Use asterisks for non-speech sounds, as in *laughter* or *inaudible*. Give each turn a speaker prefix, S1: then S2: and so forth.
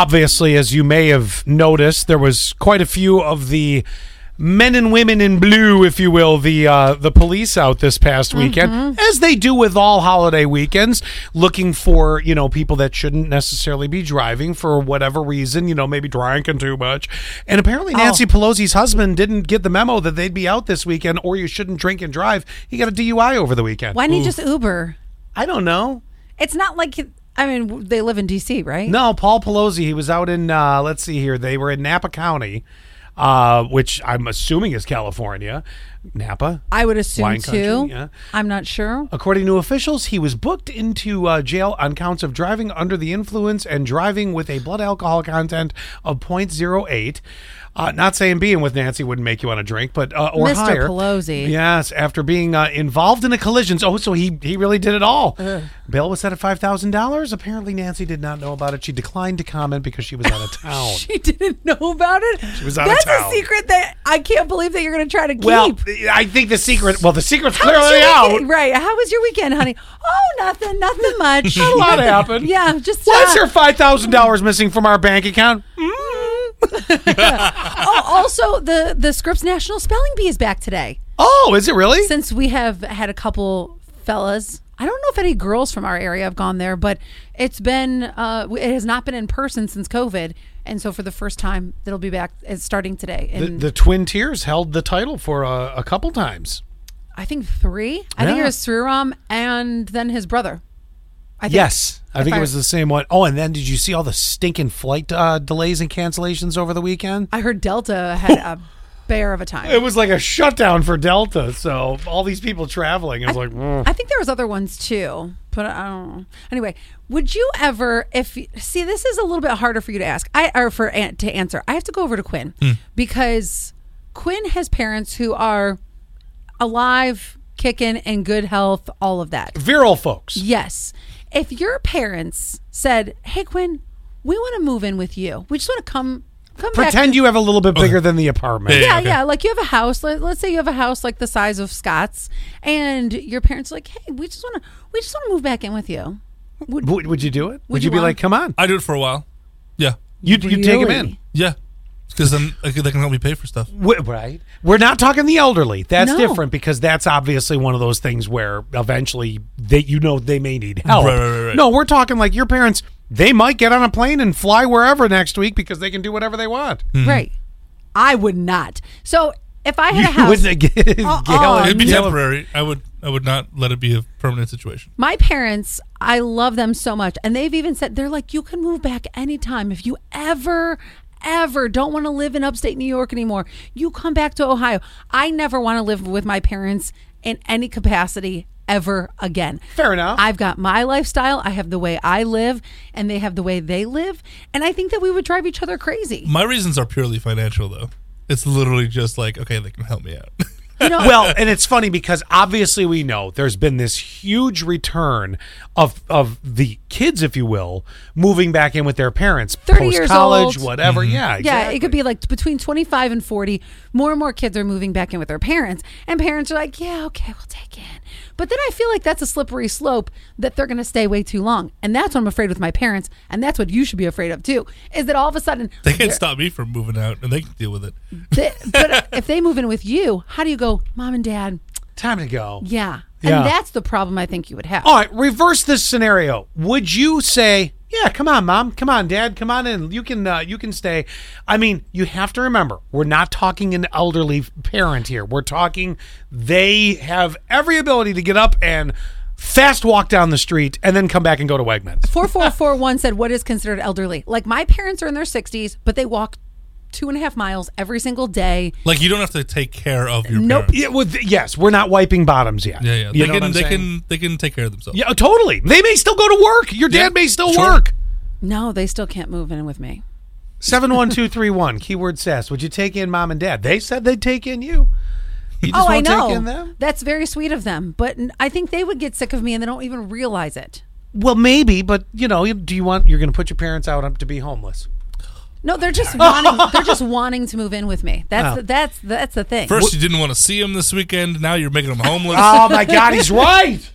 S1: obviously, as you may have noticed, there was quite a few of the men and women in blue, if you will, the uh, the police out this past
S2: Mm-hmm.
S1: weekend, as they do with all holiday weekends, looking for you know people that shouldn't necessarily be driving for whatever reason, you know, maybe drinking too much. And
S2: Oh.
S1: apparently, Nancy Pelosi's husband didn't get the memo that they'd be out this weekend, or you shouldn't drink and drive. He got a DUI over the weekend.
S2: Why didn't you just Uber?
S1: I don't know.
S2: It's not like I mean w- they live in D.C. right?
S1: No, Paul Pelosi. He was out in. Uh, let's see here. They were in Napa County, uh, which I'm assuming is California. Napa.
S2: I would assume
S1: Wine country,
S2: too.
S1: yeah.
S2: I'm not sure.
S1: According to officials, he was booked into uh, jail on counts of driving under the influence and driving with a blood alcohol content of 0.08. Uh, not saying being with Nancy wouldn't make you want to drink, but uh, or
S2: Mr.
S1: higher.
S2: Pelosi.
S1: Yes, after being uh, involved in a collision. Oh, so he he really did it all. Bail was set at five thousand dollars. Apparently, Nancy did not know about it. She declined to comment because she was out
S2: *laughs*
S1: of town.
S2: She didn't know about it. She
S1: was out of
S2: That's
S1: town.
S2: a secret that I can't believe that you're going to try to
S1: well,
S2: keep.
S1: I think the secret. Well, the secret's
S2: How was
S1: clearly
S2: your
S1: out.
S2: weekend- Right. How was your weekend, honey? Oh, nothing.
S1: *laughs*
S2: Nothing much.
S1: Not a lot happened.
S2: *laughs* Yeah. Just.
S1: Why is
S2: uh,
S1: there five thousand dollars missing from our bank account? mm?
S2: *laughs* oh, also the the Scripps National Spelling Bee is back today.
S1: Oh, is it really?
S2: Since we have had a couple fellas, I don't know if any girls from our area have gone there, but it's been uh, it has not been in person since COVID, and so for the first time, it'll be back. It's starting today,
S1: The,
S2: and
S1: the Twin Tiers held the title for a, a couple times.
S2: I think three. I think
S1: Yeah.
S2: it was Sriram and then his brother. I think
S1: Yes, I think
S2: I-
S1: it was the same one. Oh, and then did you see all the stinking flight uh, delays and cancellations over the weekend?
S2: I heard Delta had a bear of a time.
S1: It was like a shutdown for Delta, so all these people traveling. It was like, mm.
S2: I think there was other ones too, but I don't. know. Anyway, would you ever if you- see this is a little bit harder for you to ask I or for an- to answer? I have to go over to Quinn because Quinn has parents who are alive, kicking, and good health, all of that.
S1: virile folks.
S2: Yes, if your parents said, "Hey Quinn, we want to move in with you. We just want to come come back."
S1: Pretend you have a little bit bigger than the apartment.
S2: Yeah,
S3: okay.
S2: yeah. Like you have a house. Let, let's say you have a house like the size of Scott's, and your parents are like, "Hey, we just want to, we just want to move back in with you."
S1: Would, would you do it? Would,
S2: Would
S1: you,
S2: you
S1: be
S2: want-
S1: like, come on?
S3: I do it for a while. Yeah,
S1: You'd, you'd take him in.
S2: Really?
S3: yeah, because then like, they can help me pay for stuff.
S1: Wh- right. We're not talking the elderly. That's
S2: No.
S1: different because that's obviously one of those things where eventually that you know they may need help.
S3: Right, right, right, right.
S1: No, we're talking like your parents. They might get on a plane and fly wherever next week because they can do whatever they want.
S2: Right. I would not. So if
S1: *laughs*
S2: I had a house,
S1: Wouldn't it *laughs* get- Gail-
S3: It'd be
S1: Gail-
S3: temporary. I would I would not let it be a permanent situation.
S2: my parents, I love them so much, and they've even said they're like, "You can move back anytime if you ever." Ever don't want to live in upstate New York anymore. You come back to Ohio. I never want to live with my parents in any capacity ever again.
S1: Fair enough.
S2: I've got my lifestyle. I have the way I live, and they have the way they live. And I think that we would drive each other crazy.
S3: My reasons are purely financial, though. It's literally just like okay, they can help me out. *laughs*
S1: *laughs*
S2: You know,
S1: well, and it's funny because obviously we know there's been this huge return of of the kids, if you will, moving back in with their parents,
S2: 30
S1: post
S2: years
S1: college,
S2: old.
S1: whatever. Yeah,
S2: yeah,
S1: exactly.
S2: it could be like between 25 and 40. More and more kids are moving back in with their parents, and parents are like, yeah, okay, we'll take it. But then I feel like that's a slippery slope that they're going to stay way too long. And that's what I'm afraid with my parents. And that's what you should be afraid of too is that all of a sudden,
S1: *laughs*
S3: they can't stop me from moving out, and they can deal with it.
S2: they- but if they move in with you, how do you go, mom and dad?
S1: Time to go.
S2: Yeah.
S1: Yeah. Oh.
S2: And that's the problem I think you would have.
S1: All right, reverse this scenario. Would you say, "Yeah, come on, mom, come on, dad, come on in. You can, uh, you can stay." I mean, you have to remember, we're not talking an elderly parent here. We're talking they have every ability to get up and fast walk down the street and then come back and go to Wegmans.
S2: 4441 said, What is considered elderly? Like, my parents are in their 60s, but they walk two and a half miles every single day.
S3: Like you don't have to take care of your
S2: Nope.
S3: parents.
S1: Yeah, well, th- yes, we're not wiping bottoms yet.
S3: Yeah, yeah.
S1: You
S3: They
S1: know what
S3: can
S1: I'm
S3: they
S1: saying?
S3: can they can take care of themselves.
S1: Yeah, totally. They may still go to work. Your dad
S3: Yeah,
S1: may still
S3: sure.
S1: work.
S2: No, they still can't move in with me.
S1: 71231, keyword sass. Would you take in mom and dad? They said they'd take in you. You just
S2: oh, I
S1: won't
S2: know.
S1: take in them?
S2: That's very sweet of them, but n- I think they would get sick of me and they don't even realize it.
S1: Well, maybe, but you know, you- do you want you're going to put your parents out on- to be homeless?
S2: No,
S1: *laughs*
S2: they're just wanting. They're just wanting to move in with me. That's the, that's that's the
S1: *laughs*
S2: thing.
S3: First, you didn't want to see them this weekend. Now you're making them homeless. *laughs*
S1: Oh my God, he's right.